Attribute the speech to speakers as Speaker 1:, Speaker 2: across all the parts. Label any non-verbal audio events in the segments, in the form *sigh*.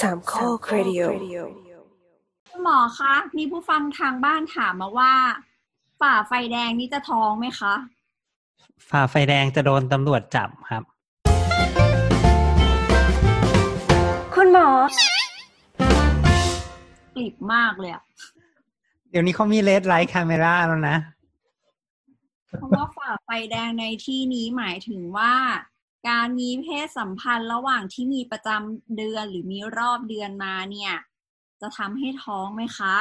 Speaker 1: สามข้อครดิโอ
Speaker 2: คุณหมอคะ มีผู้ฟังทางบ้านถามมาว่า ฝ่าไฟแดงนี่จะท้องไหมคะ
Speaker 3: ฝ่าไฟแดงจะโดนตำรวจจับครับ
Speaker 1: คุณหมอ
Speaker 2: กลิบมากเลยอะ
Speaker 3: เดี๋ยวนี้เขามีเลดไลท์คาเมราแล้วนะ
Speaker 2: เพราะว่าฝ่าไฟแดงในที่นี้หมายถึงว่า การมีเพศสัมพันธ์ระหว่างที่มีประจำเดือนหรือมีรอบเดือนมาเนี่ย จะทำให้ท้องไหมคะ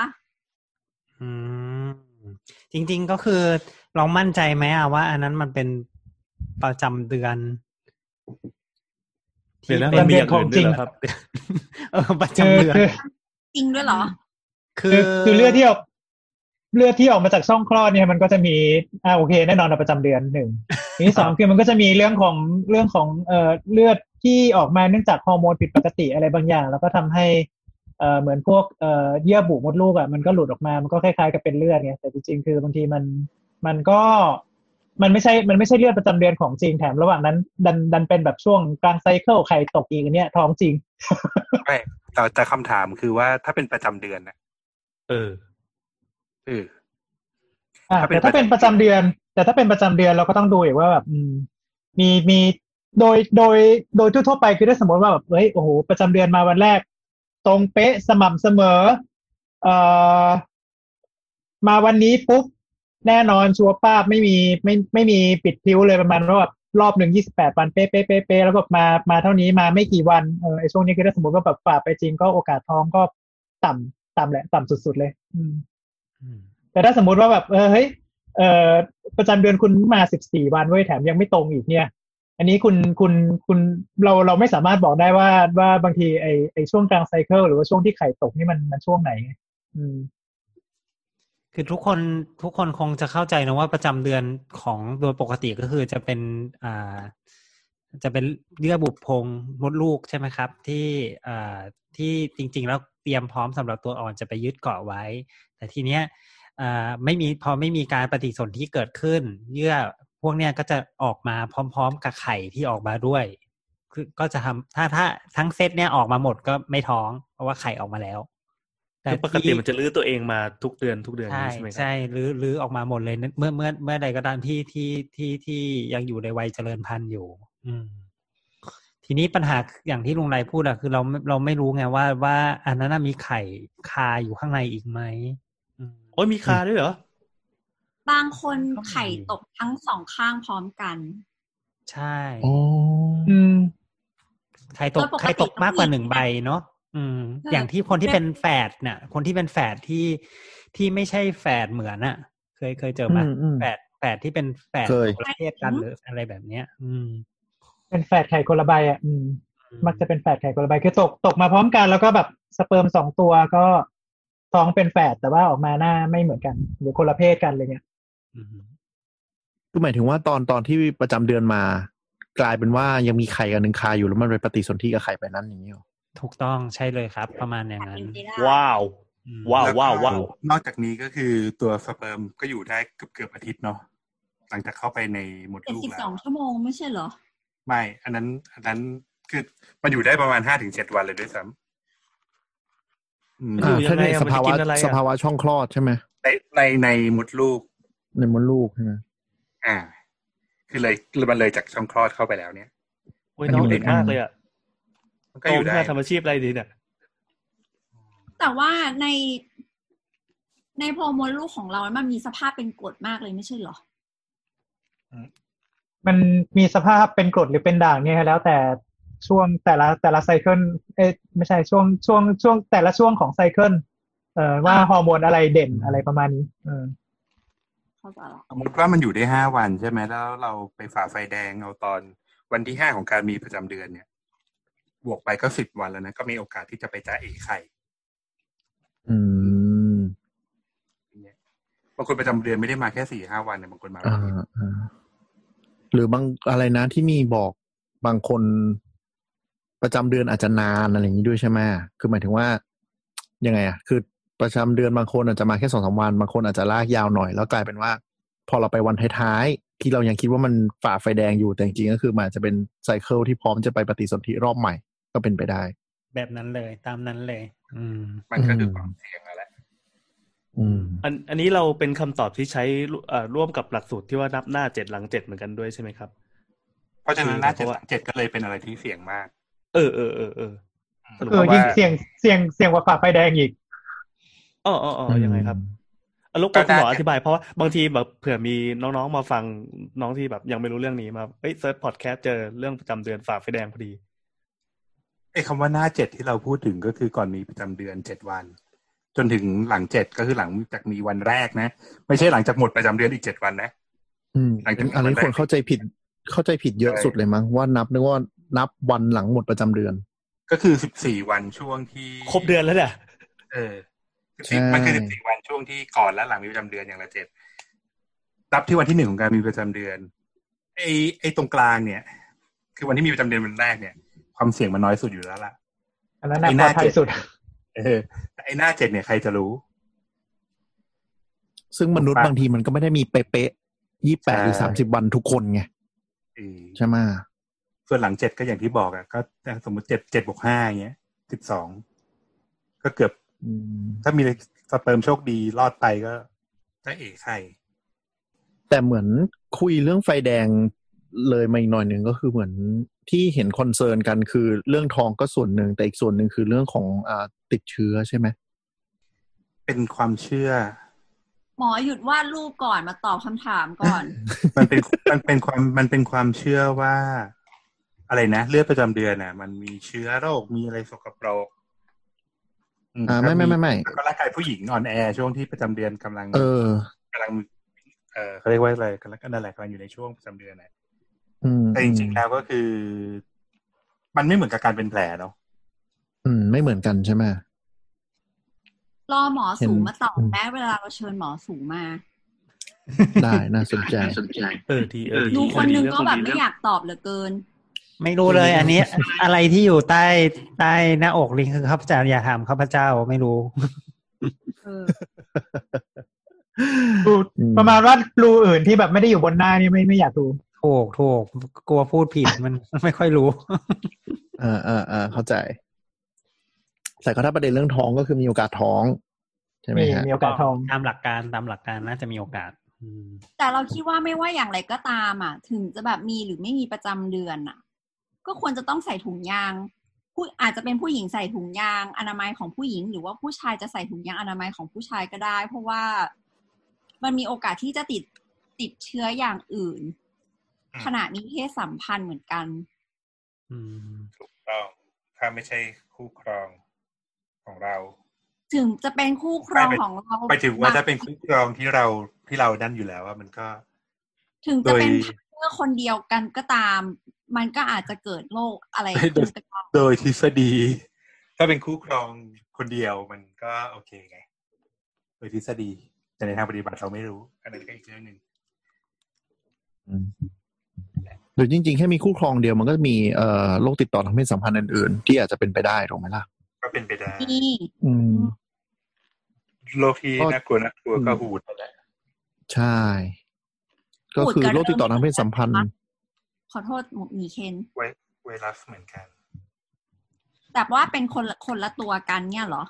Speaker 3: อืม จริงๆก็คือเรามั่นใจไหมอะว่า อันนั้นมันเป็นประจำเดือน
Speaker 4: เดี๋ยวนะ
Speaker 3: ที่
Speaker 4: มันมี
Speaker 3: ป็
Speaker 4: อย่างอื่นด้วยเหรอครับ
Speaker 3: เออประ *laughs*
Speaker 5: คือ
Speaker 3: จำเดือน
Speaker 5: คือ
Speaker 2: จริงด้วยเหรอ
Speaker 3: คื
Speaker 5: คือ
Speaker 3: อ
Speaker 5: คือเลือดที่ออกเลือดที่ออกมาจากช่องคลอดเนี่ยมันก็จะมีอ่าโอเคแน่นอนเราประจำเดือน
Speaker 3: *laughs*
Speaker 5: หนึ่งอันที่สองคือมันก็จะมีเรื่องของเรื่องของเอ่อเลือดที่ออกมาเนื่องจากฮอร์โมนผิดปกติอะไรบางอย่าง แล้วก็ทำให้เอ่อเหมือนพวกเอ่อเยื่อบุมดลูกอ่ะมันก็หลุดออกมามันก็คล้ายๆกับเป็นเลือดไงแต่จริงๆคือบางทีมันมันก็มันไม่ใช่มันไม่ใช่เลือดประจำเดือนของจริงแถมระหว่างนั้น ดันดันเป็นแบบช่วงกลางไซเคิลไข่ตกอีกอันเนี้ยท้องจริง
Speaker 6: ไม่แต่แต่คำถามคือว่าถ้าเป็นประจำเดือนนะ
Speaker 4: เออ
Speaker 6: เออ
Speaker 5: อ่า
Speaker 6: ถ้าเป็น
Speaker 5: แต่ถ้าเป็นประจำเดือน แต่ถ้าเป็นประจำเดือนเราก็ต้องดูอีกว่าแบบอืมมีมีโดยโดยโดยทั่วๆไปคือถ้าสมมติว่าแบบเฮ้ยโอ้โหประจำเดือนมาวันแรก ตรงเป๊ะสม่ำเสมอ เอ่อมาวันนี้ปุ๊บแน่นอนชัวร์ป้าบไม่มีไม่ไม่มีปิดพิ้วเลยประมาณว่าแบบรอบหนึ่งยี่สิบแปดวันเป๊ะเป๊ะเป๊ะเป๊ะแล้วก็มามาเท่านี้มาไม่กี่วันเออไอช่วงนี้คือถ้าสมมติว่าแบบฝ่าไปจริงก็โอกาสท้องก็ต่ำต่ำแหละ ต่ำสุดๆเลย อืม
Speaker 3: ม
Speaker 5: แต่ถ้าสมมุติว่าแบบเออเฮ้ยเออประจำเดือนคุณมาสิบสี่วันเว้ยแถมยังไม่ตรงอีกเนี่ย อันนี้คุณคุณคุณเราเราไม่สามารถบอกได้ว่าว่าบางทีไอไอช่วงกลางไซเคิลหรือว่าช่วงที่ไข่ตกนี่มันมันช่วงไหน อืม
Speaker 3: คือทุกคนทุกคนคงจะเข้าใจนะว่าประจำเดือนของโดยปกติก็คือจะเป็นอ่าจะเป็นเยื่อบุโพรงมดลูกใช่ไหมครับ ที่อ่าที่จริง ๆ แล้วเตรียมพร้อมสำหรับตัวอ่อนจะไปยึดเกาะไว้ แต่ทีเนี้ยอ่าไม่มีพอไม่มีการปฏิสนธิเกิดขึ้น เยื่อพวกเนี้ยก็จะออกมาพร้อม ๆ กับไข่ที่ออกมาด้วย คือก็จะทำถ้าถ้าทั้งเซตเนี้ยออกมาหมดก็ไม่ท้อง เพราะว่าไข่ออกมาแล้ว
Speaker 4: คือปกติมันจะลื้อตัวเองมาทุกเดือนทุกเดือน
Speaker 3: ใช่
Speaker 4: ใช่ไหมครับ
Speaker 3: ใช่หรือหรือออกมาหมดเลยเนี่ยเมื่อเมื่อเมื่อใดก็ตามที่ที่ที่ที่ยังอยู่ในวัยเจริญพันธุ์อยู่ อืม ทีนี้ปัญหาอย่างที่ลุงไรพูดอะคือเราไม่เราไม่รู้ไงว่าว่าอันนั้นนะมีไข่คาอยู่ข้างในอีกไหมอืม
Speaker 4: โอ้ยมีคาด้วยเหรอบ
Speaker 2: างคน
Speaker 3: ก็มี
Speaker 2: ไข่ตกทั้งสองข้างพร้อมกัน
Speaker 3: ใช่
Speaker 5: อืม
Speaker 3: ไข่ตก
Speaker 2: แล้วปกติ
Speaker 3: ไข่ตกมากกว่าหนึ่งใบเนาะอืม
Speaker 2: เออ
Speaker 3: อ
Speaker 2: อ
Speaker 3: ย่างที่คนที่เป็นแฝดเนี่ยคนที่เป็นแฝดที่ที่ไม่ใช่แฝดเหมือนอะเคยเคยเจอไหม
Speaker 5: อืมอืม
Speaker 3: แฝดแฝดที่เป็นแฝด
Speaker 7: เคย
Speaker 3: คนละเพศกันหรืออะไรแบบเนี้ย อืม
Speaker 5: เป็นแฝดไข่คนละใบอ่ะอืม มักจะเป็นแฝดไข่คนละใบคือตกตกมาพร้อมกัน แล้วก็แบบสเปิร์มสองตัวก็ท้องเป็นแฝดแต่ว่าออกมาหน้าไม่เหมือนกัน หรือคนละเพศกันอะไรเงี้ย
Speaker 3: อืม
Speaker 7: คือหมายถึงว่าตอนตอนที่ประจำเดือนมา กลายเป็นว่ายังมีไข่กันหนึ่งคาอยู่แล้วมันไปปฏิสนธิกับไข่ไปนั้นอย่างนี้ยหรอ
Speaker 3: ถูกต้องใช่เลยครับ ประมาณอย่าง
Speaker 2: แต่
Speaker 3: นั้
Speaker 2: เป็น นไปได้
Speaker 4: ว้าว
Speaker 3: อืม
Speaker 4: ว้าว
Speaker 6: แล้ก็
Speaker 4: ว้าวว้าว
Speaker 6: นอกจากนี้ก็คือตัวสเปิร์มก็อยู่ได้เกือบเกือบอาทิตย์เนาะหลังจากเข้าไปในหมด
Speaker 2: เจ็ด
Speaker 6: ลูก
Speaker 2: สิบ
Speaker 6: แล้
Speaker 2: ส
Speaker 6: ว
Speaker 2: องชั่วโมงไม่ใช่เหรอ
Speaker 6: ไม่ อันนั้น อันนั้นคือมันอยู่ได้ประมาณห้าถึงเจ็ดวันเลยด้วยซ้ำอืม
Speaker 4: อยู่
Speaker 7: อ่า
Speaker 4: ยังไงอะ
Speaker 7: ถ้าในสภาวะ
Speaker 4: มันจะกินอะไรอะ
Speaker 7: สภาวะช่องคลอดใช่ไหม
Speaker 6: ในในในหมดลูก
Speaker 7: ในมดลูกใช่ไหม
Speaker 6: อ่า คือเลยมันเลยจากช่องคลอดเข้าไปแล้วเนี่ย
Speaker 4: โอ้ย
Speaker 7: อันนี้
Speaker 4: น้อง
Speaker 7: มัน
Speaker 4: เด็กมากเล
Speaker 7: เป็น
Speaker 4: ยอ่ะ
Speaker 6: มันก็
Speaker 4: โต
Speaker 6: อยู่
Speaker 4: ขึ้น
Speaker 6: ได้
Speaker 4: มาทำอาชีพอะไรดีเนี่ย
Speaker 2: แต่ว่าใน ในโพรงมดลูกของเรา มันมีสภาพเป็นกรดมากเลยไม่ใช่เหรอ
Speaker 5: มันมีสภาพเป็นกรดหรือเป็นด่างเนี่ยแล้วแต่ช่วงแต่ละแต่ละไซเคิลเอ๊ะไม่ใช่ช่วงช่วงช่วงแต่ละช่วงของไซเคิลเอ่อว่าฮอร์โมนอะไรเด่นอะไรประมาณนี้เออ
Speaker 2: เข้าใจละ
Speaker 6: สมมติว่ามันอยู่ได้ห้าวันใช่ไหมแล้วเราไปฝ่าไฟแดงเอาตอนวันที่ห้าของการมีประจำเดือนเนี่ย บวกไปก็สิบวันแล้วนะ ก็มีโอกาสที่จะไปจ่าเอไข่
Speaker 7: อืม
Speaker 6: บางคนประจำเดือนไม่ได้มาแค่สี่ห้าวันเนี่ยบางคนมา
Speaker 7: อ่าอ่าหรือบางอะไรนะที่มีบอกบางคนประจำเดือนอาจจะนานอะไรอย่างนี้ด้วยใช่ไหมคือหมายถึงว่ายังไงอ่ะ คือประจำเดือนบางคนอาจจะมาแค่สองสามวันบางคนอาจจะลากยาวหน่อย แล้วกลายเป็นว่า พอเราไปวันท้ายๆที่เรายังคิดว่ามันฝ่าไฟแดงอยู่แต่จริงๆก็คือมันอาจจะเป็นไซเคิลที่พร้อมจะไปปฏิสนธิรอบใหม่ก็เป็นไปได้
Speaker 3: แบบนั้นเลย ตามนั้นเลย อืม
Speaker 6: มันก็คือความเสี่ยงนั่นแหละ
Speaker 7: อืม
Speaker 4: อันอันนี้เราเป็นคำตอบที่ใช้เอ่อร่วมกับหลักสูตรที่ว่านับหน้าเจ็ดหลังเจ็ดเหมือนกันด้วยใช่ไหมครับ
Speaker 6: เพราะฉะนั้นหน้า
Speaker 4: เพ
Speaker 6: เจ็ด
Speaker 4: ราะว่า
Speaker 6: เจ็ดก็เลยเป็นอะไรที่เสี่ยงมาก
Speaker 4: เออเออเออเออสรุป
Speaker 5: เออ
Speaker 4: ว่า
Speaker 5: ยิ่งเสี่ยงเสี่ยงเสี่ยงกว่าฝ่าไฟแดงอีก
Speaker 4: อ๋ออ๋ออ๋อยังไงครับอารมณ์คุณ
Speaker 6: ก็
Speaker 4: หมอ
Speaker 6: น่าจะ
Speaker 4: อธิบายเพราะว่าบางทีแบบเผื่อมีน้องๆมาฟังน้องที่แบบยังไม่รู้เรื่องนี้มาเอ้ยเซิร์ชพอดแคสต์เจอเรื่องประจำเดือนฝ่าไฟแดงพอดี
Speaker 6: ไอ้คำว่าหน้าเจ็ดที่เราพูดถึงก็คือก่อนมีประจำเดือนเจ็ดวัน จนถึงหลังเจ็ดก็คือหลังจากมีวันแรกนะ ไม่ใช่หลังจากหมดประจำเดือนอีกเจ็ดวันนะ
Speaker 7: อืม
Speaker 6: หลังจากนั้น
Speaker 7: อันนี้คนเข้าใจผิดเข้าใจผิดเยอะ
Speaker 6: ใช่
Speaker 7: สุดเลยมั้งว่านับนึกว่านับวันหลังหมดประจำเดือน
Speaker 6: ก็คือสิบสี่วันช่วงที่
Speaker 4: ครบเดือนแล้วเนี่ย
Speaker 6: เออ
Speaker 7: ใช่
Speaker 6: 14มันคือสิบสี่วันช่วงที่ก่อนและหลังมีประจำเดือนอย่างละเจ็ดนับที่วันที่หนึ่งของการมีประจำเดือน ไอ้ไอ้ตรงกลางเนี่ย คือวันที่มีประจำเดือนวันแรกเนี่ย ความเสี่ยงมันน้อยสุดอยู่แล้วล่ะ
Speaker 5: อันนั้นน่ะ
Speaker 6: ไอ้
Speaker 5: ปล
Speaker 6: หน้า
Speaker 5: อดภัย
Speaker 6: เจ็ด
Speaker 5: สุด
Speaker 6: เออแต่ไอ้หน้าเจ็ดเนี่ยใครจะรู้
Speaker 7: ซึ่งมนุษย์
Speaker 6: ถูกปะ
Speaker 7: บางทีมันก็ไม่ได้มีเป๊ะๆยี่แปดหรือ
Speaker 6: ใช่
Speaker 7: สามสิบวันทุกคนไง
Speaker 6: เออ
Speaker 7: ใช่ไหมะ
Speaker 6: ส่วนหลังเจ็ดก็อย่างที่บอกอะก็สมมติเจ็ดเจ็ดบวกห้าอย่างเงี้ยสิบสองก็เกือบ
Speaker 7: อืม
Speaker 6: ถ้ามีสเปิร์มโชคดีรอดไปก็จะเอกใคร
Speaker 7: แต่เหมือนคุยเรื่องไฟแดงเลยมาอีกหน่อยหนึ่งก็คือเหมือนที่เห็นคอนเซิร์นกันคือเรื่องทองก็ส่วนหนึ่งแต่อีกส่วนหนึ่งคือเรื่องของอาติดเชื้อใช่ไหม
Speaker 6: เป็นความเชื่อ
Speaker 2: หมอหยุดวาดรูปก่อนมาตอบคำถามก่อน
Speaker 6: มันเป็น มันเป็นความมันเป็นความเชื่อว่า อะไรนะเลือดประจำเดือนน่ะ มันมีเชื้อโรคมีอะไรสกปรก
Speaker 7: อ่าไม่ไม่ไม่ไม่
Speaker 6: แล้วก็ร่างกายผู้หญิงอ่อนแอช่วงที่ประจำเดือนกำลัง
Speaker 7: เออ
Speaker 6: กำลังเออเขาเรียกว่าอะไรกำลังนั่นแหละกำลังอยู่ในช่วงประจำเดือนน่ะ
Speaker 7: อืม
Speaker 6: แต่จริงๆแล้วก็คือ มันไม่เหมือนกับการเป็นแผลเนาะ
Speaker 7: อืมไม่เหมือนกันใช่ไหมะ
Speaker 2: รอหมอสูงมาตอบ
Speaker 7: เห็น
Speaker 2: แม้เวลาเราเชิญหมอสูงมา
Speaker 7: ได้น่าสนใจ
Speaker 8: สนใจ
Speaker 4: เออดีเออ
Speaker 2: ดูคนหนึงก็แบบ
Speaker 8: เรื่อง
Speaker 2: ไม่อยากตอบเหลือเกิน
Speaker 3: ไม่รู้เลย อันนี้ อะไรที่อยู่ใต้ใต้หน้าอกลิงคือข้าพเจ้าอย่าถามข้าพเจ้าไม่รู้
Speaker 2: เออ
Speaker 5: ดู
Speaker 7: อืม
Speaker 5: ประมาณว่ารูอื่นที่แบบไม่ได้อยู่บนหน้านี่ไม่ไม่อยากดู
Speaker 3: ถูกถูกกลัวพูดผิดมัน *laughs* ไม่ค่อยรู้
Speaker 7: เอ่าอ่าอ่าเข้าใจ แต่ก็ถ้าประเด็นเรื่องท้องก็คือมีโอกาสท้อง ใช่ไหม
Speaker 5: มี
Speaker 7: ฮะ
Speaker 5: มีโอกาสทอง
Speaker 3: ตามหลักการตามหลักการน่าจะมีโอกาส อืม
Speaker 2: แต่เราคิดว่าไม่ว่าอย่างไรก็ตามอ่ะ ถึงจะแบบมีหรือไม่มีประจำเดือนอ่ะ ก็ควรจะต้องใส่ถุงยางผู้อาจจะเป็นผู้หญิงใส่ถุงยางอนามัยของผู้หญิง หรือว่าผู้ชายจะใส่ถุงยางอนามัยของผู้ชายก็ได้ เพราะว่ามันมีโอกาสที่จะติดติดเชื้ออย่างอื่น ขณะนี้เพศสัมพันธ์เหมือนกัน
Speaker 3: อืม
Speaker 6: ถูกต้องถ้าไม่ใช่คู่ครองของเรา
Speaker 2: ถึงจะเป็นคู่ครอง
Speaker 6: ไป
Speaker 2: ของเรา
Speaker 6: ไปถึงว่า
Speaker 2: บ
Speaker 6: ถ้าเป็นคู่ครองที่เราที่เรานั่นอยู่แล้วว่ามันก็
Speaker 2: ถึงจะเป็น
Speaker 6: โดย
Speaker 2: พาร์ทเพื่อร์คนเดียวกันก็ตาม มันก็อาจจะเกิดโรคอะไรขึ้นก็ได้
Speaker 6: โดยทฤษฎี ถ้าเป็นคู่ครองคนเดียวมันก็โอเคไง โดยทฤษฎีแต่ในทางปฏิบัติเราไม่รู้ อันนั้นก็อีกเรื่องหนึ่ง
Speaker 7: หรือจริงๆ แค่มีคู่ครองเดียวมันก็มีเอ่อโรคติดต่อทางเพศสัมพันธ์อื่นๆ ที่อาจจะเป็นไปได้ถูกไหมล่ะ
Speaker 6: ก็เป็นไปได้
Speaker 2: นี่
Speaker 7: อืม
Speaker 6: โลกที่น่ากลัวน่ากลัวก็หูดนั่นแหละ
Speaker 7: ใช่ ก็คือโรคติดต่อทางเพศสัมพันธ์
Speaker 2: ขอโทษหมีเคน
Speaker 6: ไวไวรัสเหมือนกัน
Speaker 2: แต่ว่าเป็นคนละคนละตัวกันเนี่ยเหรอ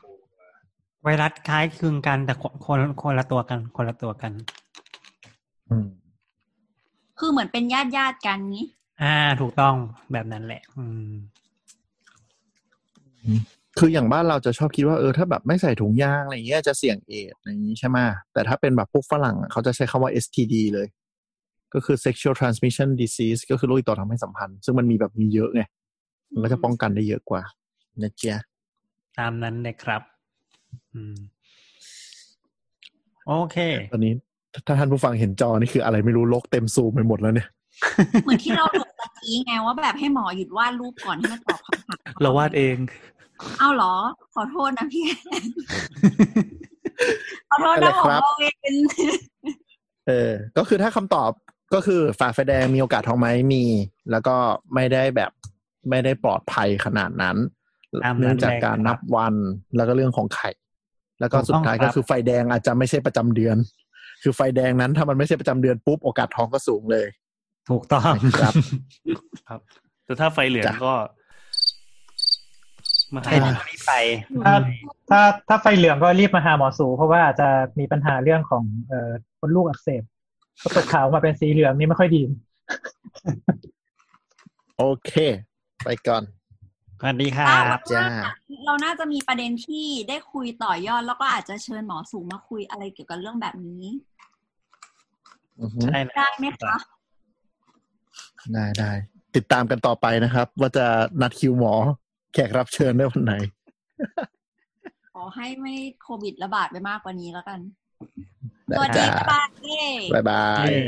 Speaker 3: ไวรัสคล้ายคลึงกันแต่คนคนคนละตัวกันคนละตัวกัน
Speaker 7: อืม
Speaker 2: คือเหมือนเป็นญาติญาติๆกันนี้
Speaker 3: อ่า ถูกต้องแบบนั้นแหละ อืม
Speaker 7: คืออย่างบ้านเราจะชอบคิดว่าเออถ้าแบบไม่ใส่ถุงยางอะไรอย่างเงี้ยจะเสี่ยงเอดส์อะไรอย่างงี้ใช่ไหมแต่ถ้าเป็นแบบพวกฝรั่งอะเขาจะใช้คำว่า STD เลย ก็คือ sexual transmission disease ก็คือโรคติดต่อทางเพศสัมพันธ์ ซึ่งมันมีแบบมีเยอะไง มันก็จะป้องกันได้เยอะกว่านะเจ๊ะ
Speaker 3: ตามนั้นเลยครับ อืม โอเค
Speaker 7: ตอนนี้ถ้าท่านผู้ฟังเห็นจอนี่คืออะไรไม่รู้โลกเต็มซูมไปหมดแล้วเนี่ย
Speaker 2: เหมือนที่เราดูตะกี้ไงว่าแบบให้หมอหยุดวาดรูปก่อนที่มาตอบคำถาม
Speaker 4: เราวาดเอง
Speaker 2: เอ้าเหรอ ขอโทษนะ
Speaker 7: *laughs*
Speaker 2: พี่แอนขอโทษนะหมอ
Speaker 7: อะไรครับ
Speaker 2: ว่าเวน
Speaker 7: เออ ก็คือถ้าคำตอบก็คือฝ่าไฟแดงมีโอกาสท้องไหมมี แล้วก็ไม่ได้แบบไม่ได้ปลอดภัยขนาดนั้น
Speaker 3: ตามนั้น
Speaker 7: เนื่องจากการนับวันแล้วก็เรื่องของไข่ แล้วก็สุดท้าย
Speaker 3: ถูกต้
Speaker 7: ก็
Speaker 3: องครับ
Speaker 7: คือไฟแดงอาจจะไม่ใช่ประจำเดือน คือไฟแดงนั้นถ้ามันไม่ใช่ประจำเดือนปุ๊บโอกาสท้องก็สูงเลย
Speaker 3: ถูกต้อง
Speaker 7: ครับ *laughs*
Speaker 4: แต่ถ้าไฟเหลือง
Speaker 7: จ้ะ
Speaker 4: ก็ มา
Speaker 3: ใช่
Speaker 4: หา
Speaker 3: ต้องรีบไป
Speaker 5: ถ้าถ้าถ้าไฟเหลืองก็รีบมาหาหมอสู เพราะว่าอาจจะมีปัญหาเรื่องของเอ่อคนลูกอักเสบก็ตกขาวมาเป็นสีเหลืองนี่ไม่ค่อยดี
Speaker 7: โอเค ไปก่อน
Speaker 3: สวัสดีครับ
Speaker 2: เร
Speaker 7: จ้า
Speaker 2: น่เราน่าจะมีประเด็นที่ได้คุยต่อยอดแล้วก็อาจจะเชิญหมอสูงมาคุยอะไรเกี่ยวกับเรื่องแบบนี้
Speaker 7: อือฮึ
Speaker 3: ใช่แล้ว
Speaker 2: ได้ไหมคะ
Speaker 7: ได้ได้ติดตามกันต่อไปนะครับ ว่าจะนัดคิวหมอ แขกรับเชิญได้วันไหน
Speaker 2: ขอให้ไม่โควิดระบาดไปมากกว่านี้แล้วกัน
Speaker 7: ได้
Speaker 2: สวัสดี
Speaker 7: จ้า
Speaker 2: ค่ะเย้
Speaker 7: บ๊ายบาย
Speaker 3: เย้